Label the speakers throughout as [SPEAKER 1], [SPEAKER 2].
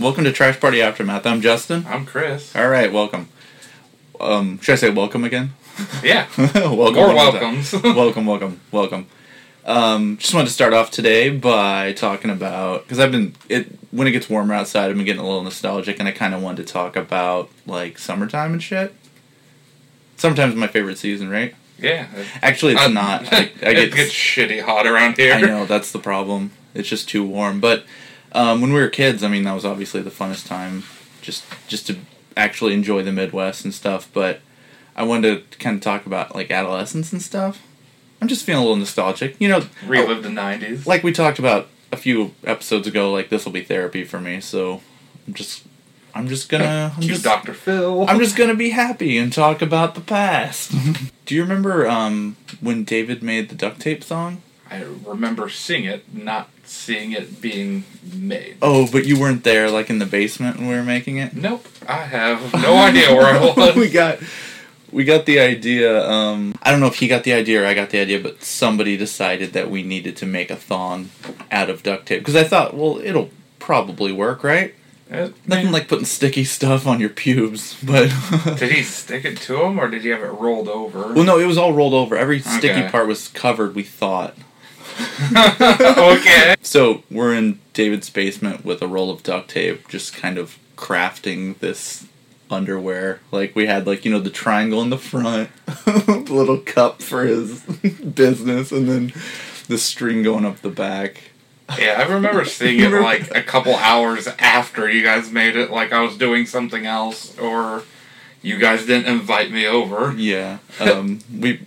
[SPEAKER 1] Welcome to Trash Party Aftermath. I'm Justin.
[SPEAKER 2] I'm Chris.
[SPEAKER 1] All right, welcome. Um, should I say welcome again?
[SPEAKER 2] Yeah.
[SPEAKER 1] welcome. one more time.
[SPEAKER 2] More welcomes.
[SPEAKER 1] welcome, welcome, welcome. Um, just wanted to start off today by talking about because I've been it when it gets warmer outside, I've been getting a little nostalgic, and I kind of wanted to talk about like summertime and shit. Summertime's my favorite season, right?
[SPEAKER 2] yeah.
[SPEAKER 1] Actually, it's
[SPEAKER 2] I'm-
[SPEAKER 1] not. I, I
[SPEAKER 2] it
[SPEAKER 1] get
[SPEAKER 2] gets shitty hot around here.
[SPEAKER 1] I know that's the problem. It's just too warm. But um, when we were kids, I mean, that was obviously the funnest time, just just to actually enjoy the Midwest and stuff. But I wanted to kind of talk about like adolescence and stuff. I'm just feeling a little nostalgic, you know. oh,
[SPEAKER 2] Relive the '90s.
[SPEAKER 1] Like we talked about a few episodes ago, like this will be therapy for me. So I'm just, I'm just gonna, I'm
[SPEAKER 2] Cue
[SPEAKER 1] just,
[SPEAKER 2] Dr. Phil.
[SPEAKER 1] I'm just gonna be happy and talk about the past. Do you remember um, when David made the duct tape song?
[SPEAKER 2] I remember seeing it, not seeing it being made.
[SPEAKER 1] Oh, but you weren't there, like in the basement when we were making it.
[SPEAKER 2] Nope. I have no idea where I
[SPEAKER 1] we
[SPEAKER 2] was.
[SPEAKER 1] got, we got the idea. Um, I don't know if he got the idea or I got the idea, but somebody decided that we needed to make a thong out of duct tape because I thought, well, it'll probably work, right?
[SPEAKER 2] Uh,
[SPEAKER 1] Nothing like putting sticky stuff on your pubes, but
[SPEAKER 2] Did he stick it to him, or did he have it rolled over?
[SPEAKER 1] well, no, it was all rolled over. Every sticky
[SPEAKER 2] Okay.
[SPEAKER 1] part was covered. We thought.
[SPEAKER 2] okay.
[SPEAKER 1] So we're in David's basement with a roll of duct tape, just kind of crafting this underwear. Like we had, like you know, the triangle in the front, the little cup for his business, and then the string going up the back.
[SPEAKER 2] Yeah, I remember seeing it
[SPEAKER 1] Remember-
[SPEAKER 2] like a couple hours after you guys made it. Like I was doing something else, or you guys didn't invite me over.
[SPEAKER 1] Yeah. Um, we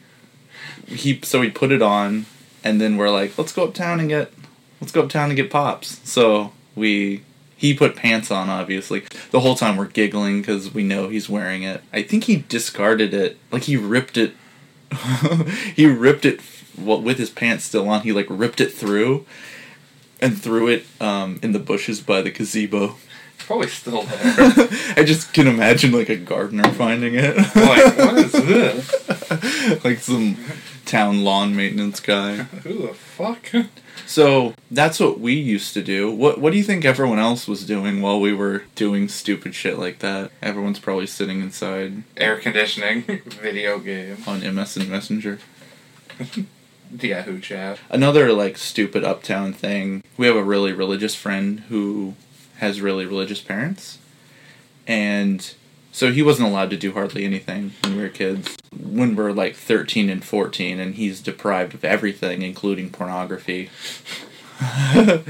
[SPEAKER 1] he so we put it on, and then we're like, let's go uptown and get let's go uptown and get pops. So we he put pants on obviously. The whole time we're giggling because we know he's wearing it. I think he discarded it, like he ripped it. he ripped it well, with his pants still on. He like ripped it through. And threw it um, in the bushes by the gazebo.
[SPEAKER 2] It's probably still there.
[SPEAKER 1] I just can imagine like a gardener finding it.
[SPEAKER 2] like, what is this?
[SPEAKER 1] like some town lawn maintenance guy.
[SPEAKER 2] Who the fuck?
[SPEAKER 1] So that's what we used to do. What What do you think everyone else was doing while we were doing stupid shit like that? Everyone's probably sitting inside
[SPEAKER 2] Air conditioning, video game,
[SPEAKER 1] on MSN Messenger.
[SPEAKER 2] the Yahoo chat.
[SPEAKER 1] Another like stupid uptown thing. We have a really religious friend who has really religious parents, and so he wasn't allowed to do hardly anything when we were kids. When we're like thirteen and fourteen, and he's deprived of everything, including pornography.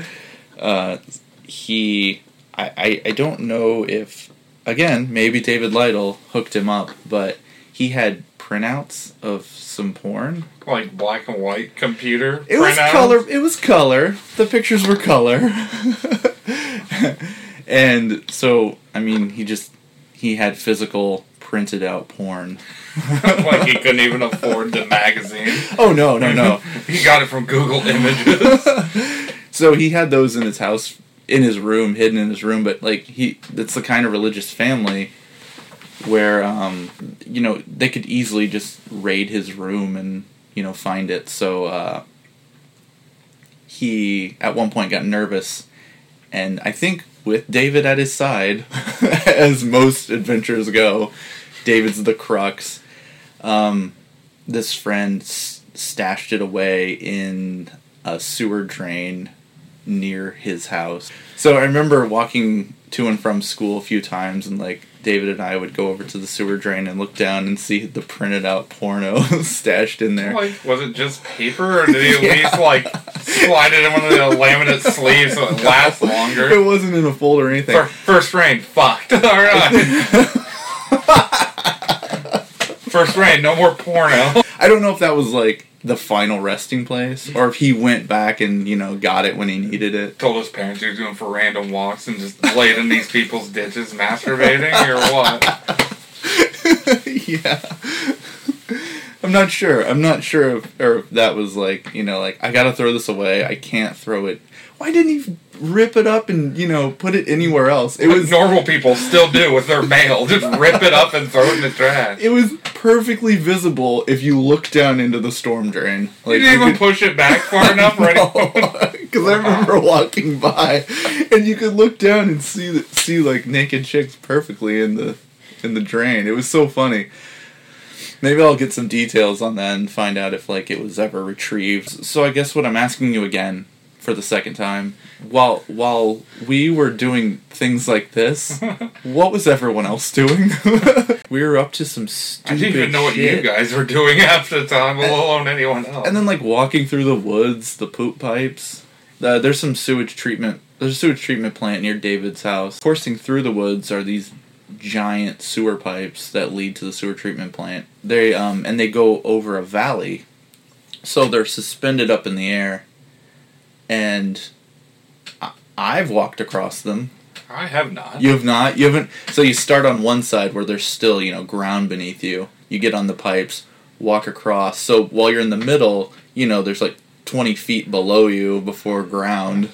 [SPEAKER 1] uh, he, I, I, I don't know if, again, maybe David Lytle hooked him up, but he had printouts of some porn
[SPEAKER 2] Like black and white computer.
[SPEAKER 1] it was
[SPEAKER 2] printouts.
[SPEAKER 1] color. It was color. The pictures were color. and so, I mean, he just he had physical printed out porn.
[SPEAKER 2] like he couldn't even afford the magazine.
[SPEAKER 1] Oh no, no, no.
[SPEAKER 2] he got it from Google Images.
[SPEAKER 1] so he had those in his house, in his room, hidden in his room. But like he, it's the kind of religious family where um, you know they could easily just raid his room and you know find it. So uh, he at one point got nervous, and I think with David at his side, as most adventures go, David's the crux. Um, this friend s- stashed it away in a sewer drain near his house. So I remember walking to and from school a few times, and like David and I would go over to the sewer drain and look down and see the printed out porno stashed in there.
[SPEAKER 2] like, was it just paper, or did he at
[SPEAKER 1] Yeah.
[SPEAKER 2] least like slide it in one of the laminate sleeves so it lasts
[SPEAKER 1] It
[SPEAKER 2] longer?
[SPEAKER 1] wasn't in a folder or anything.
[SPEAKER 2] Fir- First rain, fucked. All right. First rain, no more porno.
[SPEAKER 1] I don't know if that was like the final resting place or if he went back and, you know, got it when he needed it.
[SPEAKER 2] Told his parents he was going for random walks and just laid in these people's ditches masturbating or what?
[SPEAKER 1] yeah. I'm not sure. I'm not sure if or if that was like, you know, like I gotta throw this away. I can't throw it. Why didn't he rip it up and, you know, put it anywhere else? It
[SPEAKER 2] What
[SPEAKER 1] was
[SPEAKER 2] normal people still do with their mail. Just rip it up and throw it in the trash.
[SPEAKER 1] it was perfectly visible if you look down into the storm drain.
[SPEAKER 2] You
[SPEAKER 1] Like
[SPEAKER 2] didn't even push it back far enough, right?
[SPEAKER 1] Because I remember walking by and you could look down and see the, see like naked chicks perfectly in the in the drain. It was so funny. Maybe I'll get some details on that and find out if like it was ever retrieved. So I guess what I'm asking you again for the second time, while while we were doing things like this, what was everyone else doing? we were up to some
[SPEAKER 2] I
[SPEAKER 1] stupid.
[SPEAKER 2] didn't even know what you
[SPEAKER 1] shit.
[SPEAKER 2] guys were doing half the time, let
[SPEAKER 1] And-
[SPEAKER 2] alone anyone else.
[SPEAKER 1] And then like walking through the woods, the poop pipes. Uh, there's some sewage treatment. There's a sewage treatment plant near David's house. Coursing through the woods are these giant sewer pipes that lead to the sewer treatment plant. They um and they go over a valley, so they're suspended up in the air, and I- I've walked across them.
[SPEAKER 2] I have not.
[SPEAKER 1] You have not. You haven't. So you start on one side where there's still you know ground beneath you. You get on the pipes, walk across. So while you're in the middle, you know there's like 20 feet below you before ground.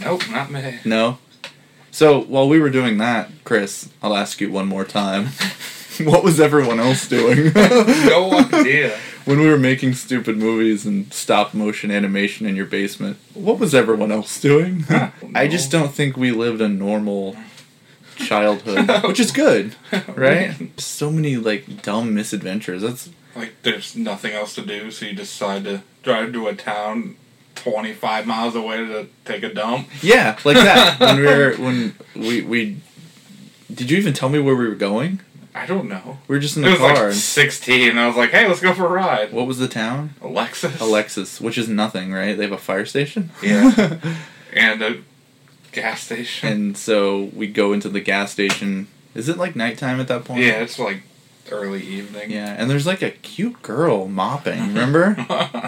[SPEAKER 2] Nope, not me.
[SPEAKER 1] No. So while we were doing that, Chris, I'll ask you one more time. What was everyone else doing?
[SPEAKER 2] No idea.
[SPEAKER 1] when we were making stupid movies and stop motion animation in your basement, what was everyone else doing? I just don't think we lived a normal childhood, which is good, right? So many like dumb misadventures. That's
[SPEAKER 2] Like, there's nothing else to do, so you decide to drive to a town 25 miles away to take a dump.
[SPEAKER 1] yeah, like that. when we were when we we did you even tell me where we were going?
[SPEAKER 2] I don't know.
[SPEAKER 1] We were just in
[SPEAKER 2] it
[SPEAKER 1] the
[SPEAKER 2] was
[SPEAKER 1] car.
[SPEAKER 2] like 16, and I was like, hey, let's go for a ride.
[SPEAKER 1] what was the town?
[SPEAKER 2] Alexis.
[SPEAKER 1] Alexis, which is nothing, right? They have a fire station.
[SPEAKER 2] Yeah. and a gas station.
[SPEAKER 1] and so we go into the gas station. Is it like nighttime at that point?
[SPEAKER 2] yeah, it's like early evening.
[SPEAKER 1] Yeah, and there's like a cute girl mopping, remember?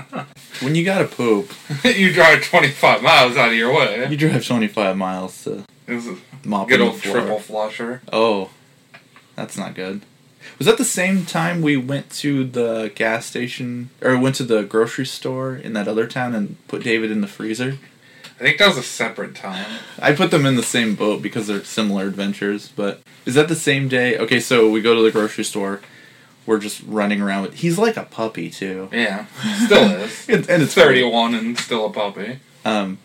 [SPEAKER 1] when you gotta poop,
[SPEAKER 2] you drive 25 miles out of your way.
[SPEAKER 1] you drive 25 miles to
[SPEAKER 2] It was a
[SPEAKER 1] mop
[SPEAKER 2] good
[SPEAKER 1] the
[SPEAKER 2] old
[SPEAKER 1] floor.
[SPEAKER 2] triple flusher.
[SPEAKER 1] Oh, that's not good. Was that the same time we went to the gas station, or went to the grocery store in that other town and put David in the freezer?
[SPEAKER 2] I think that was a separate time.
[SPEAKER 1] I put them in the same boat because they're similar adventures, but is that the same day? Okay, so we go to the grocery store. We're just running around. With, he's like a puppy too.
[SPEAKER 2] Yeah, still is.
[SPEAKER 1] It, and it's
[SPEAKER 2] It's 31 and still a puppy.
[SPEAKER 1] Um,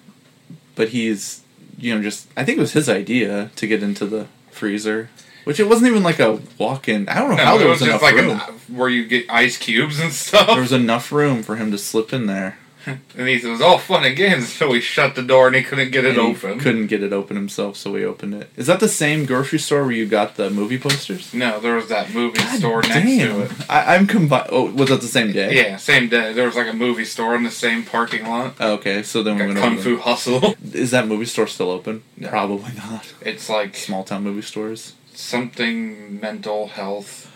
[SPEAKER 1] but he's, you know, just I think it was his idea to get into the freezer, which it wasn't even like a walk-in. I don't know how
[SPEAKER 2] No,
[SPEAKER 1] there
[SPEAKER 2] it
[SPEAKER 1] was,
[SPEAKER 2] was just
[SPEAKER 1] enough
[SPEAKER 2] like
[SPEAKER 1] room.
[SPEAKER 2] an, where you get ice cubes and stuff.
[SPEAKER 1] there was enough room for him to slip in there.
[SPEAKER 2] And he, it was all fun and games until we shut the door and he couldn't get it
[SPEAKER 1] and he
[SPEAKER 2] open.
[SPEAKER 1] Couldn't get it open himself, so we opened it. Is that the same grocery store where you got the movie posters?
[SPEAKER 2] No, there was that movie
[SPEAKER 1] God
[SPEAKER 2] store next
[SPEAKER 1] damn.
[SPEAKER 2] to it.
[SPEAKER 1] I, I'm combined. Oh, was that the same day?
[SPEAKER 2] Yeah, same day. There was like a movie store in the same parking lot.
[SPEAKER 1] Oh, okay, so then we
[SPEAKER 2] Like a
[SPEAKER 1] went
[SPEAKER 2] Kung
[SPEAKER 1] over.
[SPEAKER 2] Fu Hustle.
[SPEAKER 1] Is that movie store still open?
[SPEAKER 2] No.
[SPEAKER 1] Probably not.
[SPEAKER 2] It's like
[SPEAKER 1] Small town movie stores.
[SPEAKER 2] something mental health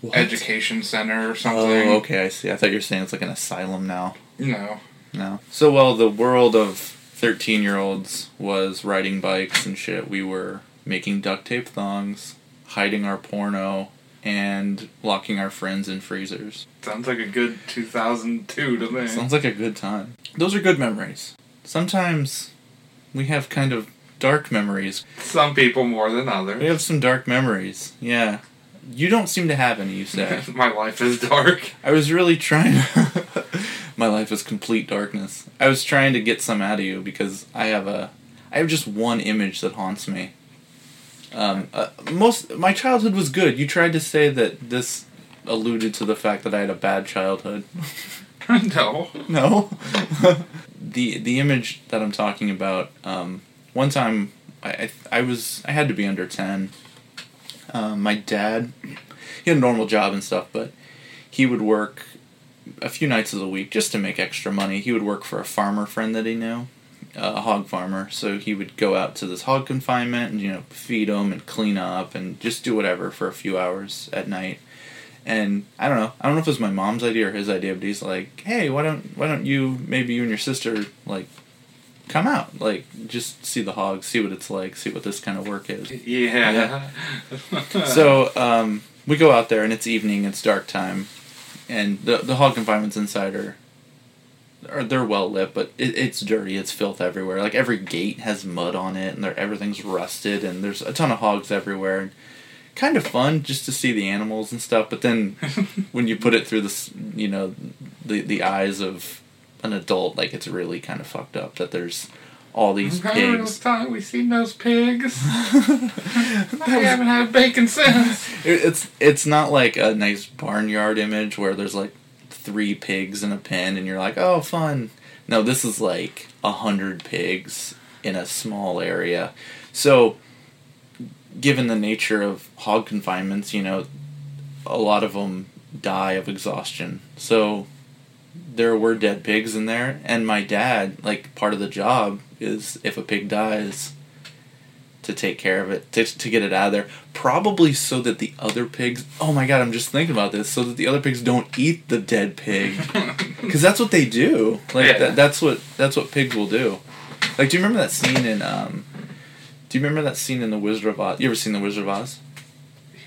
[SPEAKER 1] What?
[SPEAKER 2] education center or something.
[SPEAKER 1] Oh, okay, I see. I thought you were saying it's like an asylum now.
[SPEAKER 2] No.
[SPEAKER 1] No. So while the world of 13 year olds was riding bikes and shit, we were making duct tape thongs, hiding our porno, and locking our friends in freezers.
[SPEAKER 2] Sounds like a good 2002 to me.
[SPEAKER 1] Sounds like a good time. Those are good memories. Sometimes we have kind of dark memories.
[SPEAKER 2] Some people more than
[SPEAKER 1] We
[SPEAKER 2] others.
[SPEAKER 1] have some dark memories. Yeah. You don't seem to have any, you say.
[SPEAKER 2] My life is dark.
[SPEAKER 1] I was really trying. My life is complete darkness. I was trying to get some out of you because I have a, I have just one image that haunts me. Um, uh, most my childhood was good. You tried to say that this alluded to the fact that I had a bad childhood.
[SPEAKER 2] no.
[SPEAKER 1] No. the the image that I'm talking about. Um, one time, I, I I was I had to be under ten. Um, my dad, he had a normal job and stuff, but he would work a few nights of the week just to make extra money. He would work for a farmer friend that he knew, uh, a hog farmer. So he would go out to this hog confinement and you know feed them and clean up and just do whatever for a few hours at night and I don't know. I don't know if it was my mom's idea or his idea, but he's like, "Hey, why don't why don't you maybe you and your sister like come out like just see the hogs, see what it's like, see what this kind of work is."
[SPEAKER 2] Yeah.
[SPEAKER 1] so um, we go out there and it's evening, it's dark time, and the the hog confinements inside are, are they're well lit, but it, it's dirty, it's filth everywhere. Like every gate has mud on it, and they're- everything's rusted, and there's a ton of hogs everywhere. And kind of fun just to see the animals and stuff, but then when you put it through this, you know, the the eyes of an adult, like it's really kind of fucked up that there's all these
[SPEAKER 2] Remember those
[SPEAKER 1] pigs.
[SPEAKER 2] time we seen those pigs? I
[SPEAKER 1] That was-
[SPEAKER 2] haven't had bacon since.
[SPEAKER 1] it- it's it's not like a nice barnyard image where there's like three pigs in a pen and you're like, oh, fun. No, this is like a hundred pigs in a small area. So, given the nature of hog confinements, you know, a lot of them die of exhaustion. So, there were dead pigs in there, and my dad, like, part of the job is if a pig dies, to take care of it, to, to get it out of there. Probably so that the other pigs, oh my god, I'm just thinking about this, so that the other pigs don't eat the dead pig. Because that's what they do. Like,
[SPEAKER 2] Yeah.
[SPEAKER 1] that, that's, what, that's what pigs will do. Like, do you remember that scene in, um, do you remember that scene in The Wizard of Oz? You ever seen The Wizard of Oz?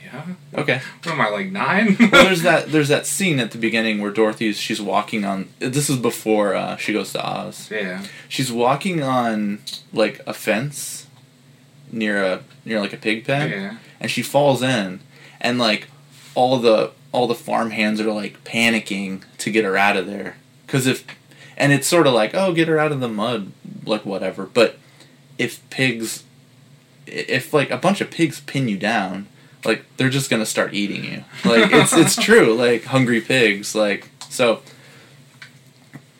[SPEAKER 2] yeah.
[SPEAKER 1] Okay.
[SPEAKER 2] What am I like nine?
[SPEAKER 1] well, there's that there's that scene at the beginning where Dorothy's she's walking on. This is before uh, she goes to Oz.
[SPEAKER 2] yeah.
[SPEAKER 1] She's walking on like a fence near a near like a pig pen,
[SPEAKER 2] Yeah.
[SPEAKER 1] and she falls in, and like all the all the farm hands are like panicking to get her out of there because if and it's sort of like oh get her out of the mud like whatever but if pigs i- if like a bunch of pigs pin you down like they're just gonna start eating you like it's it's true like hungry pigs like so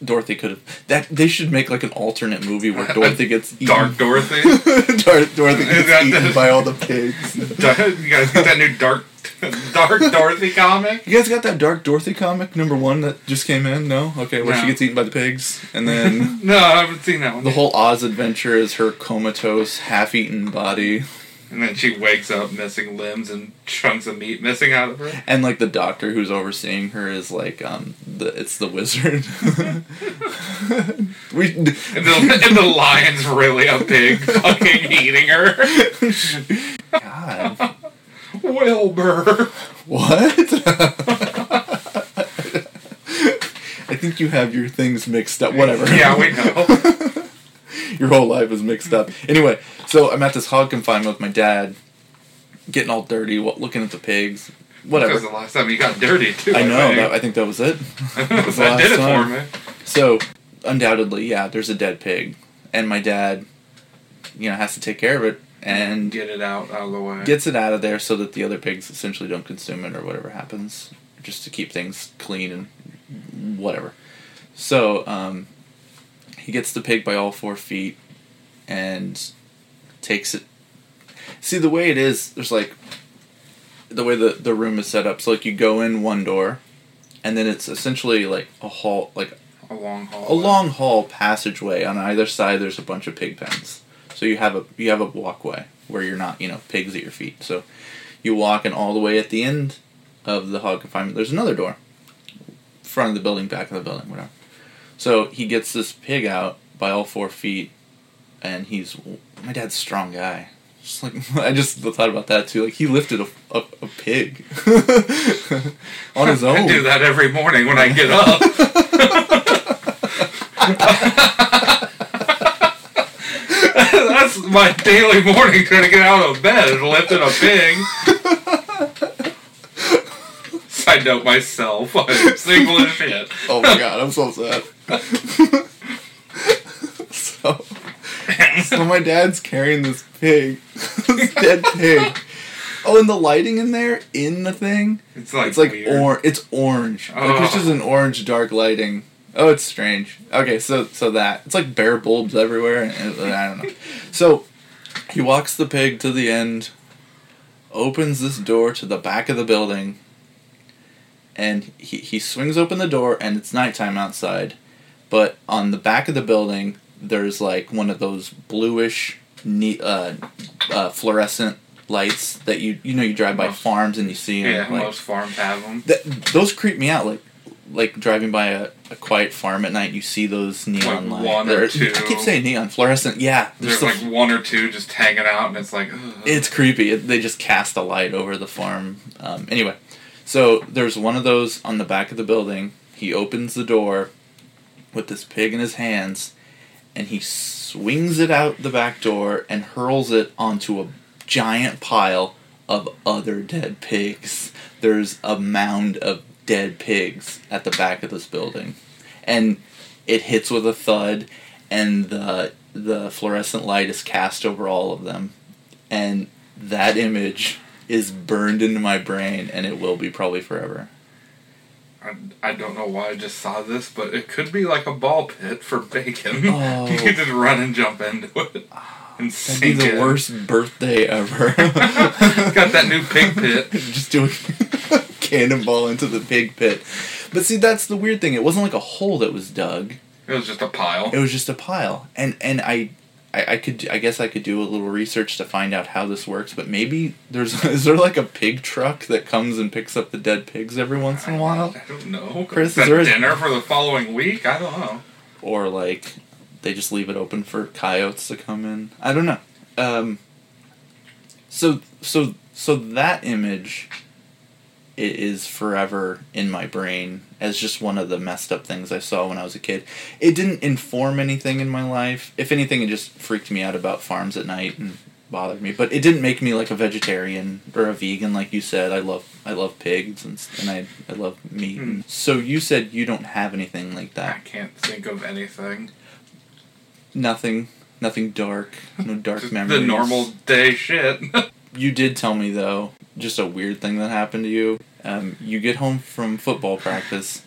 [SPEAKER 1] Dorothy could have that they should make like an alternate movie where Dorothy gets eaten.
[SPEAKER 2] Dark Dorothy.
[SPEAKER 1] Dor- Dorothy gets eaten by all the pigs.
[SPEAKER 2] Dar- you guys get that new dark, dark Dorothy comic?
[SPEAKER 1] You guys got that Dark Dorothy comic number one that just came in? No, okay, where she
[SPEAKER 2] No.
[SPEAKER 1] gets eaten by the pigs, and then
[SPEAKER 2] No, I haven't seen that one.
[SPEAKER 1] the whole Oz adventure is her comatose, half-eaten body,
[SPEAKER 2] and then she wakes up missing limbs and chunks of meat missing out of her.
[SPEAKER 1] and like the doctor who's overseeing her is like um, the it's the wizard. we
[SPEAKER 2] And the, and the lion's really a pig fucking eating her.
[SPEAKER 1] God,
[SPEAKER 2] Wilbur.
[SPEAKER 1] what? I think you have your things mixed up. Whatever.
[SPEAKER 2] Yeah, we know.
[SPEAKER 1] your whole life is mixed up. Anyway, so I'm at this hog confinement with my dad, getting all dirty, wa- looking at the pigs,
[SPEAKER 2] Because the
[SPEAKER 1] whatever.
[SPEAKER 2] last time you got dirty too.
[SPEAKER 1] I know.
[SPEAKER 2] think.
[SPEAKER 1] That, I think that was it.
[SPEAKER 2] that,
[SPEAKER 1] was the last
[SPEAKER 2] did it
[SPEAKER 1] time.
[SPEAKER 2] for me.
[SPEAKER 1] So, undoubtedly, yeah, there's a dead pig, and my dad, you know, has to take care of it and
[SPEAKER 2] Get it out out of the way.
[SPEAKER 1] gets it out of there so that the other pigs essentially don't consume it or whatever happens, just to keep things clean and whatever. So, um, he gets the pig by all four feet and takes it. See, the way it is, there's like the way the, the room is set up. So, like, you go in one door, and then it's essentially like a hall, like
[SPEAKER 2] a long haul.
[SPEAKER 1] a long hall passageway on either side there's a bunch of pig pens so you have a you have a walkway where you're not you know pigs at your feet so you walk and all the way at the end of the hog confinement there's another door front of the building back of the building whatever so he gets this pig out by all four feet and he's my dad's a strong guy just like i just thought about that too like he lifted a, a, a pig on his own
[SPEAKER 2] I do that every morning when I get up. That's my daily morning trying to get out of bed and lifting a pig. Side note myself, I'm single as shit.
[SPEAKER 1] Oh my god, I'm so sad. so, so my dad's carrying this pig, this dead pig. Oh, and the lighting in there, in the thing,
[SPEAKER 2] It's like,
[SPEAKER 1] it's like
[SPEAKER 2] weird.
[SPEAKER 1] or it's orange. Like it's just an orange dark lighting. Oh, it's strange. Okay, so so that it's like bare bulbs everywhere. And, and I don't know. So he walks the pig to the end, opens this door to the back of the building, and he he swings open the door, and it's nighttime outside. But on the back of the building, there's like one of those bluish, neat, uh, uh, fluorescent lights that you you know you drive by
[SPEAKER 2] Most-
[SPEAKER 1] farms and you see. and,
[SPEAKER 2] yeah,
[SPEAKER 1] like,
[SPEAKER 2] most farms have them.
[SPEAKER 1] that those creep me out like like driving by a, a quiet farm at night you see those neon
[SPEAKER 2] Like
[SPEAKER 1] lights
[SPEAKER 2] one or
[SPEAKER 1] They're-
[SPEAKER 2] two.
[SPEAKER 1] i keep saying neon fluorescent yeah there's
[SPEAKER 2] There's
[SPEAKER 1] the-
[SPEAKER 2] like one or two just hanging out, and it's like, ugh.
[SPEAKER 1] it's creepy it, they just cast a light over the farm um, anyway so there's one of those on the back of the building he opens the door with this pig in his hands and he swings it out the back door and hurls it onto a giant pile of other dead pigs. There's a mound of dead pigs at the back of this building. And it hits with a thud and the the fluorescent light is cast over all of them, and that image is burned into my brain, and it will be probably forever.
[SPEAKER 2] I, I don't know why I just saw this, but it could be like a ball pit for bacon.
[SPEAKER 1] Oh.
[SPEAKER 2] you could just run and jump into it and
[SPEAKER 1] That'd be
[SPEAKER 2] sink
[SPEAKER 1] the
[SPEAKER 2] in.
[SPEAKER 1] worst birthday ever.
[SPEAKER 2] Got that new pig pit.
[SPEAKER 1] Just do a cannonball into the pig pit. But see, that's the weird thing. It wasn't like a hole that was dug.
[SPEAKER 2] It was just a pile.
[SPEAKER 1] It was just a pile. And and I, I, I could I guess I could do a little research to find out how this works. But maybe there's is there like a pig truck that comes and picks up the dead pigs every once in a while,
[SPEAKER 2] I don't know.
[SPEAKER 1] Chris,
[SPEAKER 2] is
[SPEAKER 1] is
[SPEAKER 2] that
[SPEAKER 1] there a-
[SPEAKER 2] dinner for the following week? I don't know.
[SPEAKER 1] or like they just leave it open for coyotes to come in. I don't know. Um, so so so that image it is forever in my brain as just one of the messed up things I saw when I was a kid. It didn't inform anything in my life. If anything, it just freaked me out about farms at night and bothered me. But it didn't make me like a vegetarian or a vegan, like you said. I love I love pigs and s- and I I love meat.
[SPEAKER 2] Hmm.
[SPEAKER 1] So you said you don't have anything like
[SPEAKER 2] I
[SPEAKER 1] that.
[SPEAKER 2] can't think of anything.
[SPEAKER 1] Nothing. Nothing dark. No dark
[SPEAKER 2] Just
[SPEAKER 1] memories.
[SPEAKER 2] the normal day shit.
[SPEAKER 1] You did tell me though, just a weird thing that happened to you. Um, you get home from football practice,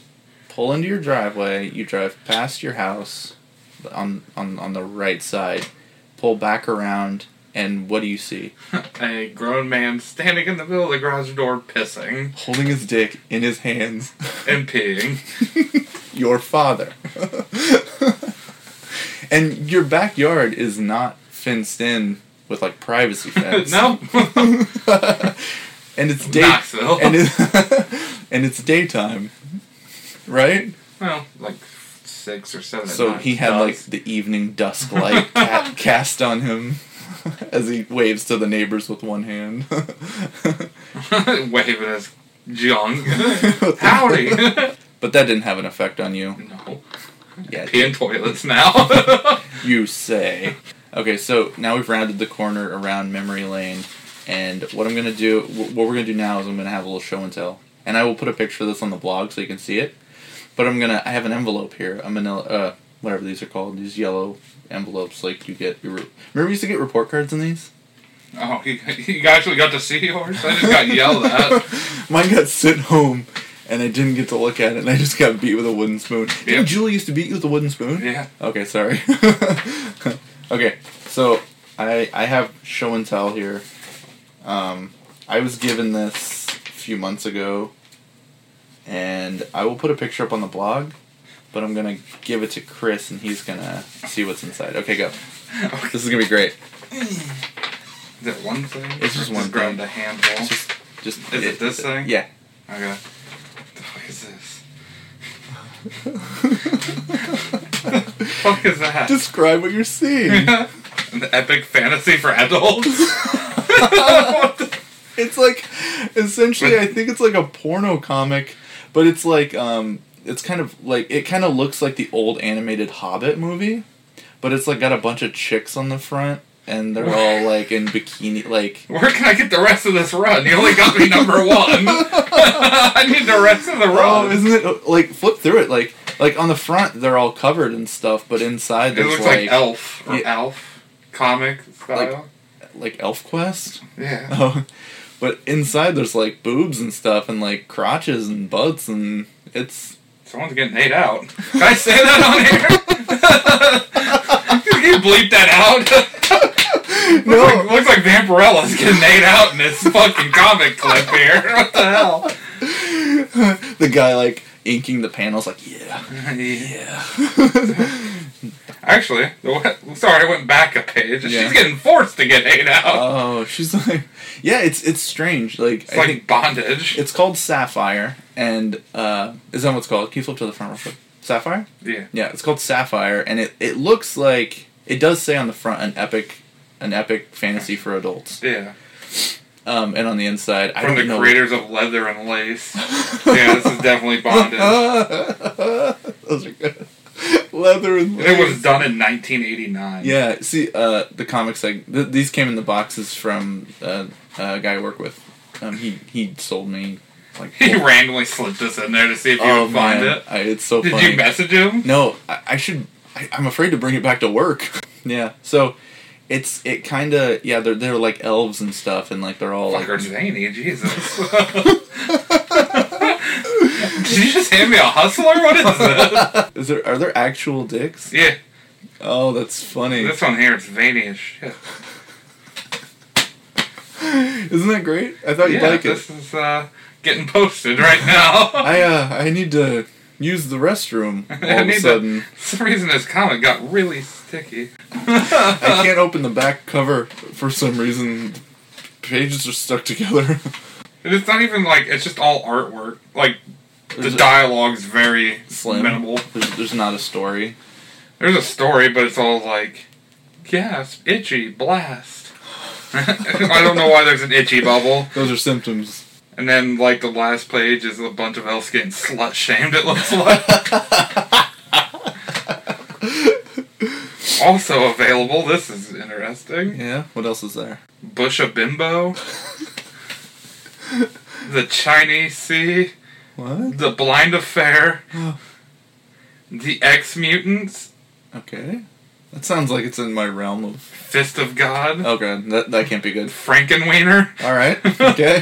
[SPEAKER 1] pull into your driveway. You drive past your house, on on on the right side, pull back around, and what do you see?
[SPEAKER 2] a grown man standing in the middle of the garage door pissing
[SPEAKER 1] Holding his dick in his hands,
[SPEAKER 2] and peeing.
[SPEAKER 1] your father. and your backyard is not fenced in with like privacy fence.
[SPEAKER 2] no.
[SPEAKER 1] and it's day
[SPEAKER 2] Knoxville.
[SPEAKER 1] and it, and it's daytime, right?
[SPEAKER 2] well, like six or seven. at
[SPEAKER 1] So
[SPEAKER 2] night.
[SPEAKER 1] he had like
[SPEAKER 2] Dogs.
[SPEAKER 1] the evening dusk light ca- cast on him as he waves to the neighbors with one hand.
[SPEAKER 2] waving his junk. Howdy.
[SPEAKER 1] but that didn't have an effect on you.
[SPEAKER 2] no.
[SPEAKER 1] Yeah,
[SPEAKER 2] Pee in toilets now.
[SPEAKER 1] you say. Okay, so now we've rounded the corner around memory lane, and what I'm gonna do, wh- what we're gonna do now is I'm gonna have a little show and tell, and I will put a picture of this on the blog so you can see it. But I'm gonna, I have an envelope here, a manila, uh, whatever these are called, these yellow envelopes like you get. Your, re- remember we used to get report cards in these.
[SPEAKER 2] oh, you, you actually got to see yours? I just got yelled at.
[SPEAKER 1] Mine got sent home, and I didn't get to look at it, and I just got beat with a wooden spoon.
[SPEAKER 2] Yep.
[SPEAKER 1] Didn't Julie used to beat you with a wooden spoon?
[SPEAKER 2] Yeah.
[SPEAKER 1] Okay, sorry. okay, so I I have show and tell here. Um, I was given this a few months ago, and I will put a picture up on the blog, but I'm gonna give it to Chris, and he's gonna see what's inside. Okay, go. This is gonna be great.
[SPEAKER 2] Is it one thing?
[SPEAKER 1] It's just
[SPEAKER 2] Or
[SPEAKER 1] one
[SPEAKER 2] grabbed
[SPEAKER 1] thing.
[SPEAKER 2] a handful.
[SPEAKER 1] It's just just
[SPEAKER 2] Is it this thing?
[SPEAKER 1] Yeah.
[SPEAKER 2] Okay. What the fuck is this? fuck is that?
[SPEAKER 1] Describe what you're seeing.
[SPEAKER 2] An epic fantasy for adults?
[SPEAKER 1] It's like essentially I think it's like a porno comic, but it's like um it's kind of like it kind of looks like the old animated Hobbit movie, but it's like got a bunch of chicks on the front and they're all like in bikini like
[SPEAKER 2] Where can I get the rest of this run? You only got me number one. I need the rest of the
[SPEAKER 1] Oh,
[SPEAKER 2] run.
[SPEAKER 1] isn't it like flip through it like like on the front they're all covered and stuff, but inside
[SPEAKER 2] it
[SPEAKER 1] there's
[SPEAKER 2] looks like,
[SPEAKER 1] like like,
[SPEAKER 2] Elf or
[SPEAKER 1] Yeah.
[SPEAKER 2] Elf comic style.
[SPEAKER 1] Elf Quest.
[SPEAKER 2] yeah.
[SPEAKER 1] Oh, but inside there's like boobs and stuff and like crotches and butts and it's
[SPEAKER 2] Someone's getting ate out. Can I say that on here? Can you bleep that out?
[SPEAKER 1] No.
[SPEAKER 2] Looks like, looks like Vampirella's getting ate out in this fucking comic clip here. What the hell?
[SPEAKER 1] the guy like inking the panels like yeah yeah
[SPEAKER 2] Actually, the wa- sorry, I went back a page.
[SPEAKER 1] Yeah.
[SPEAKER 2] She's getting forced to get ate out.
[SPEAKER 1] oh she's like yeah it's it's strange like
[SPEAKER 2] it's
[SPEAKER 1] i
[SPEAKER 2] like
[SPEAKER 1] think
[SPEAKER 2] bondage.
[SPEAKER 1] it's called sapphire and uh is that what's called can you flip to the front real quick sapphire
[SPEAKER 2] yeah.
[SPEAKER 1] yeah it's called sapphire and it it looks like it does say on the front an epic an epic fantasy for adults
[SPEAKER 2] Yeah.
[SPEAKER 1] um and on the inside i
[SPEAKER 2] From
[SPEAKER 1] don't
[SPEAKER 2] the
[SPEAKER 1] know
[SPEAKER 2] creators of Leather and Lace. yeah, this is definitely bondage.
[SPEAKER 1] those are good leather and
[SPEAKER 2] It was done in 1989.
[SPEAKER 1] Yeah, see, uh, the comics like th- these came in the boxes from uh, a guy I work with. Um, he he sold me like.
[SPEAKER 2] He randomly slipped this in there to see if you
[SPEAKER 1] oh
[SPEAKER 2] would find
[SPEAKER 1] man,
[SPEAKER 2] it.
[SPEAKER 1] I, it's so
[SPEAKER 2] Did
[SPEAKER 1] funny.
[SPEAKER 2] you message him?
[SPEAKER 1] no, I, I should. I, I'm afraid to bring it back to work. Yeah. So it's it kind of yeah they're they're like elves and stuff and like they're all like
[SPEAKER 2] Fucker zany, Jesus. Did you just hand me a hustler? What is this?
[SPEAKER 1] is there are there actual dicks?
[SPEAKER 2] Yeah,
[SPEAKER 1] Oh, that's funny.
[SPEAKER 2] this one here is veiny as shit.
[SPEAKER 1] Isn't that great? I thought you'd
[SPEAKER 2] Yeah,
[SPEAKER 1] Oh, like it.
[SPEAKER 2] this is uh, getting posted right now.
[SPEAKER 1] I uh I need to use the restroom all of
[SPEAKER 2] need
[SPEAKER 1] a
[SPEAKER 2] to-
[SPEAKER 1] sudden.
[SPEAKER 2] For some reason, this comment got really sticky.
[SPEAKER 1] I can't open the back cover for some reason. Pages are stuck together.
[SPEAKER 2] And it's not even like it's just all artwork. Like the
[SPEAKER 1] There's a-
[SPEAKER 2] dialogue's very
[SPEAKER 1] Slim.
[SPEAKER 2] minimal.
[SPEAKER 1] There's, there's not a story.
[SPEAKER 2] There's a story, but it's all like, yes, itchy blast. I don't know why there's an itchy bubble.
[SPEAKER 1] Those are symptoms.
[SPEAKER 2] And then like the last page is a bunch of elves getting slut shamed. It looks like. also available. This is interesting.
[SPEAKER 1] Yeah. What else is there?
[SPEAKER 2] Bush a bimbo. the Chinese Sea.
[SPEAKER 1] What?
[SPEAKER 2] The Blind Affair. the Ex Mutants.
[SPEAKER 1] Okay. That sounds like it's in my realm of.
[SPEAKER 2] Fist of God.
[SPEAKER 1] Okay, that that can't be good.
[SPEAKER 2] Frankenweiner.
[SPEAKER 1] All right. Okay.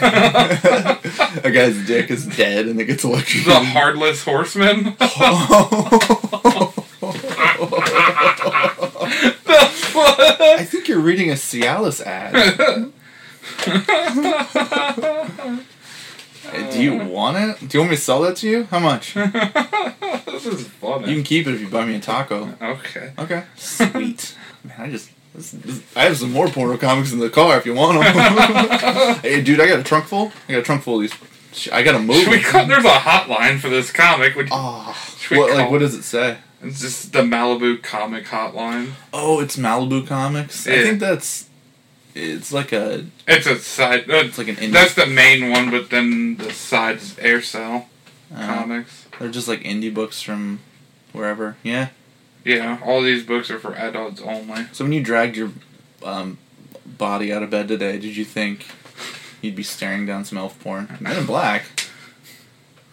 [SPEAKER 1] a guy's dick is dead and it gets electrocuted.
[SPEAKER 2] The Heartless Horseman.
[SPEAKER 1] I think you're reading a Cialis ad. Uh, Do you want it? Do you want me to sell that to you? How much? You
[SPEAKER 2] this is funny.
[SPEAKER 1] can keep it if you buy me a taco.
[SPEAKER 2] okay.
[SPEAKER 1] Okay. Sweet. Man, I just. This, this, I have some more porno comics in the car if you want them. hey, dude, I got a trunk full. I got a trunk full of these. Sh- I got a move.
[SPEAKER 2] Should we cut? There's a hotline for this comic. Would you,
[SPEAKER 1] Oh,
[SPEAKER 2] Should we
[SPEAKER 1] what, like,
[SPEAKER 2] call-
[SPEAKER 1] what does it say?
[SPEAKER 2] it's just the Malibu Comic Hotline.
[SPEAKER 1] Oh, it's Malibu Comics. I
[SPEAKER 2] Yeah.
[SPEAKER 1] think that's. It's like a.
[SPEAKER 2] It's a side. That's,
[SPEAKER 1] It's like an indie.
[SPEAKER 2] that's the main one, but then the side's Air Cell
[SPEAKER 1] uh,
[SPEAKER 2] comics.
[SPEAKER 1] they're just like indie books from wherever. Yeah.
[SPEAKER 2] Yeah, all these books are for adults only.
[SPEAKER 1] So when you dragged your um, body out of bed today, did you think you'd be staring down some elf porn? Men in Black.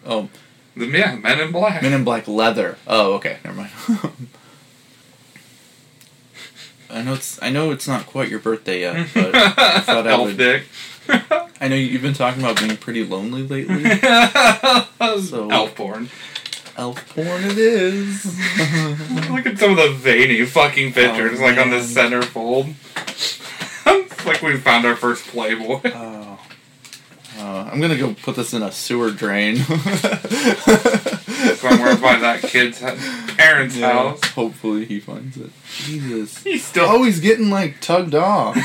[SPEAKER 1] Oh,
[SPEAKER 2] The- Yeah, Men in Black.
[SPEAKER 1] Men in Black leather. Oh, okay, never mind. I know it's I know it's not quite your birthday yet, but I thought I
[SPEAKER 2] Elf
[SPEAKER 1] would.
[SPEAKER 2] Dick.
[SPEAKER 1] I know you've been talking about being pretty lonely lately. So-
[SPEAKER 2] Elf porn.
[SPEAKER 1] elf porn, it is.
[SPEAKER 2] Look at some of the veiny fucking pictures,
[SPEAKER 1] Oh,
[SPEAKER 2] like on the
[SPEAKER 1] man.
[SPEAKER 2] centerfold. it's like we found our first Playboy.
[SPEAKER 1] oh. Uh, I'm gonna go put this in a sewer drain.
[SPEAKER 2] Somewhere by that kid's hu- parents'
[SPEAKER 1] Yeah,
[SPEAKER 2] house.
[SPEAKER 1] Hopefully he finds it. Jesus.
[SPEAKER 2] He's still.
[SPEAKER 1] Oh, he's getting like tugged off.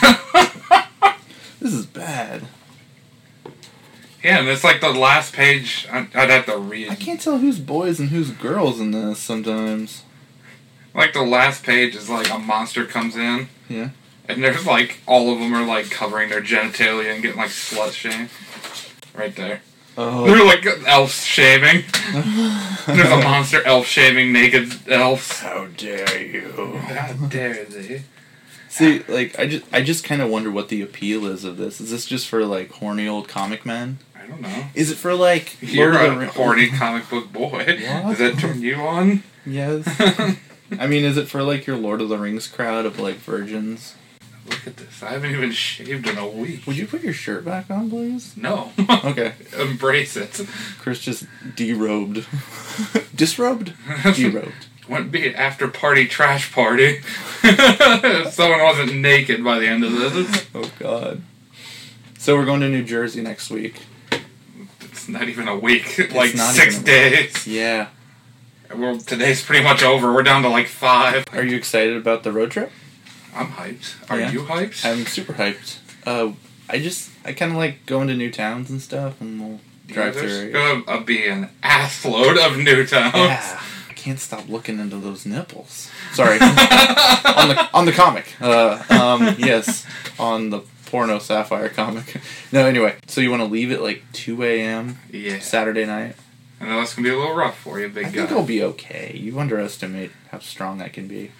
[SPEAKER 1] this is bad.
[SPEAKER 2] Yeah, and it's like the last page. I- I'd have to read.
[SPEAKER 1] I can't tell who's boys and who's girls in this sometimes.
[SPEAKER 2] Like the last page is like a monster comes in.
[SPEAKER 1] Yeah.
[SPEAKER 2] And there's like all of them are like covering their genitalia and getting like slut shamed. Right there.
[SPEAKER 1] Oh.
[SPEAKER 2] They're like elves shaving. There's a monster elf shaving naked elves.
[SPEAKER 1] How dare you?
[SPEAKER 2] How dare they?
[SPEAKER 1] See, like I just I just kind of wonder what the appeal is of this. Is this just for like horny old comic men?
[SPEAKER 2] I don't know.
[SPEAKER 1] Is it for like
[SPEAKER 2] You're
[SPEAKER 1] Lord of
[SPEAKER 2] a
[SPEAKER 1] the Ri-
[SPEAKER 2] horny comic book boy. Does that turn you on?
[SPEAKER 1] Yes.
[SPEAKER 2] Look
[SPEAKER 1] I mean, is it for like your Lord of the Rings crowd of like virgins?
[SPEAKER 2] at this. I haven't even shaved in a week.
[SPEAKER 1] Would you put your shirt back on, please?
[SPEAKER 2] No.
[SPEAKER 1] Okay.
[SPEAKER 2] Embrace it.
[SPEAKER 1] Chris just derobed. Disrobed? Derobed.
[SPEAKER 2] Wouldn't be an after party trash party if someone wasn't naked by the end of this.
[SPEAKER 1] Oh god. So we're going to New Jersey next week.
[SPEAKER 2] It's not even a week. Like
[SPEAKER 1] not
[SPEAKER 2] six
[SPEAKER 1] even
[SPEAKER 2] days.
[SPEAKER 1] Yeah.
[SPEAKER 2] Well, today's pretty much over. We're down to like five.
[SPEAKER 1] Are you excited about the road trip?
[SPEAKER 2] I'm hyped. Are
[SPEAKER 1] Yeah.
[SPEAKER 2] you hyped?
[SPEAKER 1] I'm super hyped. Uh, I just I kind of like going to new towns and stuff, and we'll drive
[SPEAKER 2] There's
[SPEAKER 1] through.
[SPEAKER 2] gonna uh, be an assload of new towns.
[SPEAKER 1] Yeah. I can't stop looking into those nipples. Sorry. on the on the comic. Uh, um, yes, on the porno sapphire comic. No, anyway. So you want to leave at like two a.m.
[SPEAKER 2] Yeah.
[SPEAKER 1] Saturday night?
[SPEAKER 2] I know that's gonna be a little rough for you, big
[SPEAKER 1] I
[SPEAKER 2] guy.
[SPEAKER 1] think I'll be okay. You underestimate how strong I can be.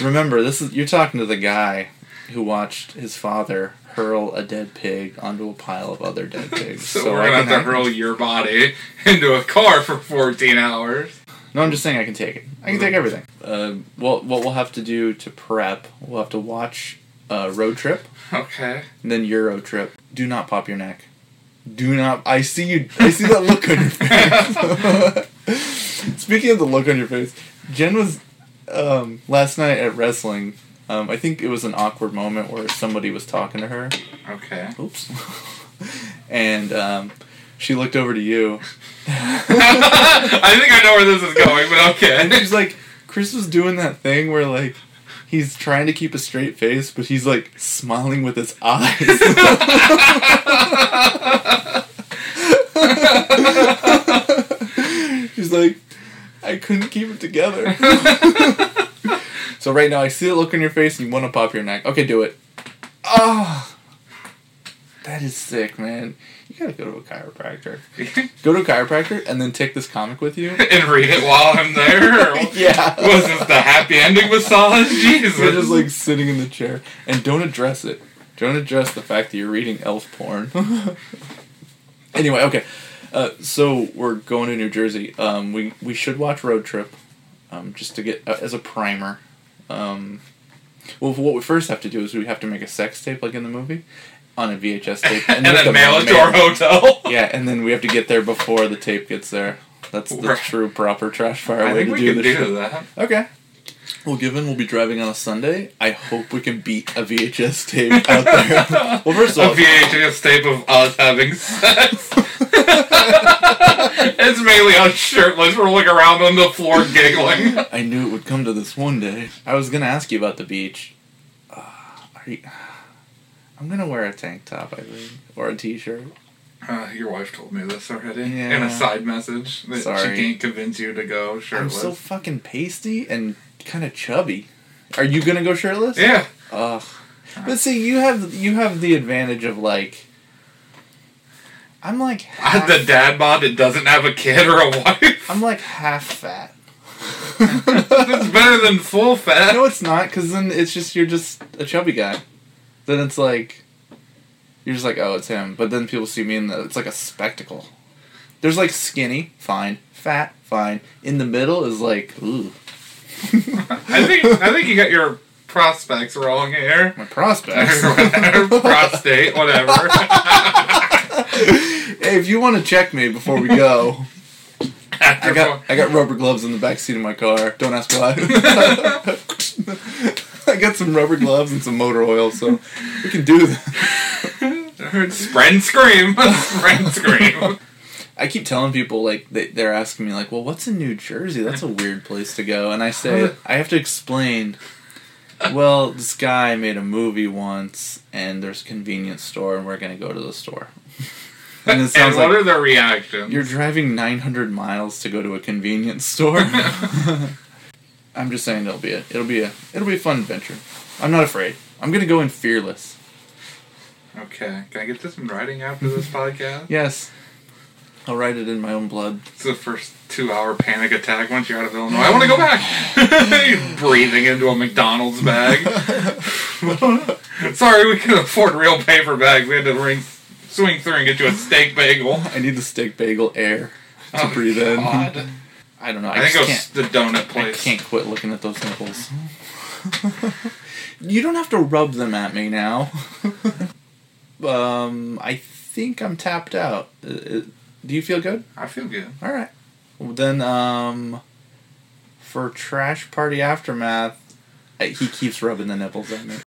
[SPEAKER 1] Remember, this is you're talking to the guy who watched his father hurl a dead pig onto a pile of other dead pigs.
[SPEAKER 2] so,
[SPEAKER 1] so
[SPEAKER 2] we're
[SPEAKER 1] I can
[SPEAKER 2] gonna have to
[SPEAKER 1] hang-
[SPEAKER 2] hurl your body into a car for 14 hours.
[SPEAKER 1] No, I'm just saying I can take it. I can
[SPEAKER 2] Mm-hmm.
[SPEAKER 1] take everything. Uh, well, what we'll have to do to prep, we'll have to watch uh, Road Trip
[SPEAKER 2] Okay.
[SPEAKER 1] and then Euro Trip. Do not pop your neck. Do not. I see you. I see that look on your face. Speaking of the look on your face, Jen was um, last night at wrestling. Um, I think it was an awkward moment where somebody was talking to her.
[SPEAKER 2] Okay.
[SPEAKER 1] Oops. and um, she looked over to you.
[SPEAKER 2] I think I know where this is going, but
[SPEAKER 1] And
[SPEAKER 2] okay.
[SPEAKER 1] she's like, Chris was doing that thing where like he's trying to keep a straight face, but he's like smiling with his eyes. she's like, I couldn't keep it together. so right now I see the look on your face and you want to pop your neck. Okay, do it. Ah, that is sick, man. You gotta go to a chiropractor. Go to a chiropractor and then take this comic with you.
[SPEAKER 2] and read it while I'm there. Or
[SPEAKER 1] yeah.
[SPEAKER 2] Was this the happy ending massage? Jesus.
[SPEAKER 1] You're just like sitting in the chair and don't address it. Don't address the fact that you're reading elf porn. anyway, okay. Uh, so we're going to New Jersey. Um, we we should watch Road Trip, um, just to get uh, as a primer. Um, well, what we first have to do is we have to make a sex tape like in the movie, on a VHS tape,
[SPEAKER 2] and,
[SPEAKER 1] we have
[SPEAKER 2] then mail it to our hotel.
[SPEAKER 1] Yeah, and then we have to get there before the tape gets there. That's the
[SPEAKER 2] Right.
[SPEAKER 1] true proper trash fire
[SPEAKER 2] I
[SPEAKER 1] way
[SPEAKER 2] think
[SPEAKER 1] to
[SPEAKER 2] we
[SPEAKER 1] do
[SPEAKER 2] can
[SPEAKER 1] the
[SPEAKER 2] do
[SPEAKER 1] show.
[SPEAKER 2] that.
[SPEAKER 1] Okay. Well, given we'll be driving on a Sunday, I hope we can beat a VHS tape out there. well, first
[SPEAKER 2] A
[SPEAKER 1] of all, uh,
[SPEAKER 2] VHS tape of us having sex. it's mainly us shirtless. We're looking around on the floor giggling.
[SPEAKER 1] I knew it would come to this one day. I was gonna ask you about the beach. Uh, are you, I'm gonna wear a tank top, I think, or a t-shirt.
[SPEAKER 2] Uh, your wife told me this already
[SPEAKER 1] Yeah.
[SPEAKER 2] in a side message that
[SPEAKER 1] Sorry.
[SPEAKER 2] she can't convince you to go
[SPEAKER 1] I'm
[SPEAKER 2] shirtless.
[SPEAKER 1] so fucking pasty and kind of chubby. Are you gonna go shirtless?
[SPEAKER 2] yeah,
[SPEAKER 1] Ugh. But see, you have you have the advantage of like. I'm like half,
[SPEAKER 2] the dad bod that doesn't have a kid or a wife.
[SPEAKER 1] I'm like half fat.
[SPEAKER 2] That's better than full fat.
[SPEAKER 1] No, it's not, because then it's just you're just a chubby guy. Then it's like you're just like, oh, it's him. But then people see me, and it's like a spectacle. There's like skinny, fine, fat, fine. In the middle is like, ooh,
[SPEAKER 2] I think I think you got your prospects wrong here.
[SPEAKER 1] my prospects.
[SPEAKER 2] Prostate, whatever.
[SPEAKER 1] hey, if you want to check me before we go, I
[SPEAKER 2] After
[SPEAKER 1] got I got rubber gloves in the back seat of my car. Don't ask why. I got some rubber gloves and some motor oil, so we can do that.
[SPEAKER 2] four- spread and scream, spread and scream.
[SPEAKER 1] I keep telling people like they, they're asking me like, well, what's in New Jersey? That's a weird place to go, and I say I have to explain. Well, this guy made a movie once, and there's a convenience store, and we're gonna go to the store. And it
[SPEAKER 2] And
[SPEAKER 1] sounds
[SPEAKER 2] what
[SPEAKER 1] like
[SPEAKER 2] are the reactions?
[SPEAKER 1] you're driving 900 miles to go to a convenience store. I'm just saying it'll be a it'll be a it'll be a fun adventure. I'm not afraid. I'm gonna go in fearless.
[SPEAKER 2] Okay, can I get this in writing after this podcast?
[SPEAKER 1] Yes, I'll write it in my own blood.
[SPEAKER 2] It's the first two hour panic attack once you're out of Illinois. I want to go back. You're breathing into a McDonald's bag. Sorry, we couldn't afford real paper bags. We had to ring, swing through and get you a steak bagel.
[SPEAKER 1] I need the steak bagel air to
[SPEAKER 2] Oh,
[SPEAKER 1] breathe in.
[SPEAKER 2] God.
[SPEAKER 1] I don't know. I,
[SPEAKER 2] I, think
[SPEAKER 1] just
[SPEAKER 2] it
[SPEAKER 1] can't.
[SPEAKER 2] was the donut
[SPEAKER 1] I
[SPEAKER 2] place.
[SPEAKER 1] can't quit looking at those nipples. you don't have to rub them at me now. um, I think I'm tapped out. Uh, uh, Do you feel good?
[SPEAKER 2] I feel good.
[SPEAKER 1] All right. Well, then, um, for trash party aftermath, uh, he keeps rubbing the nipples at me.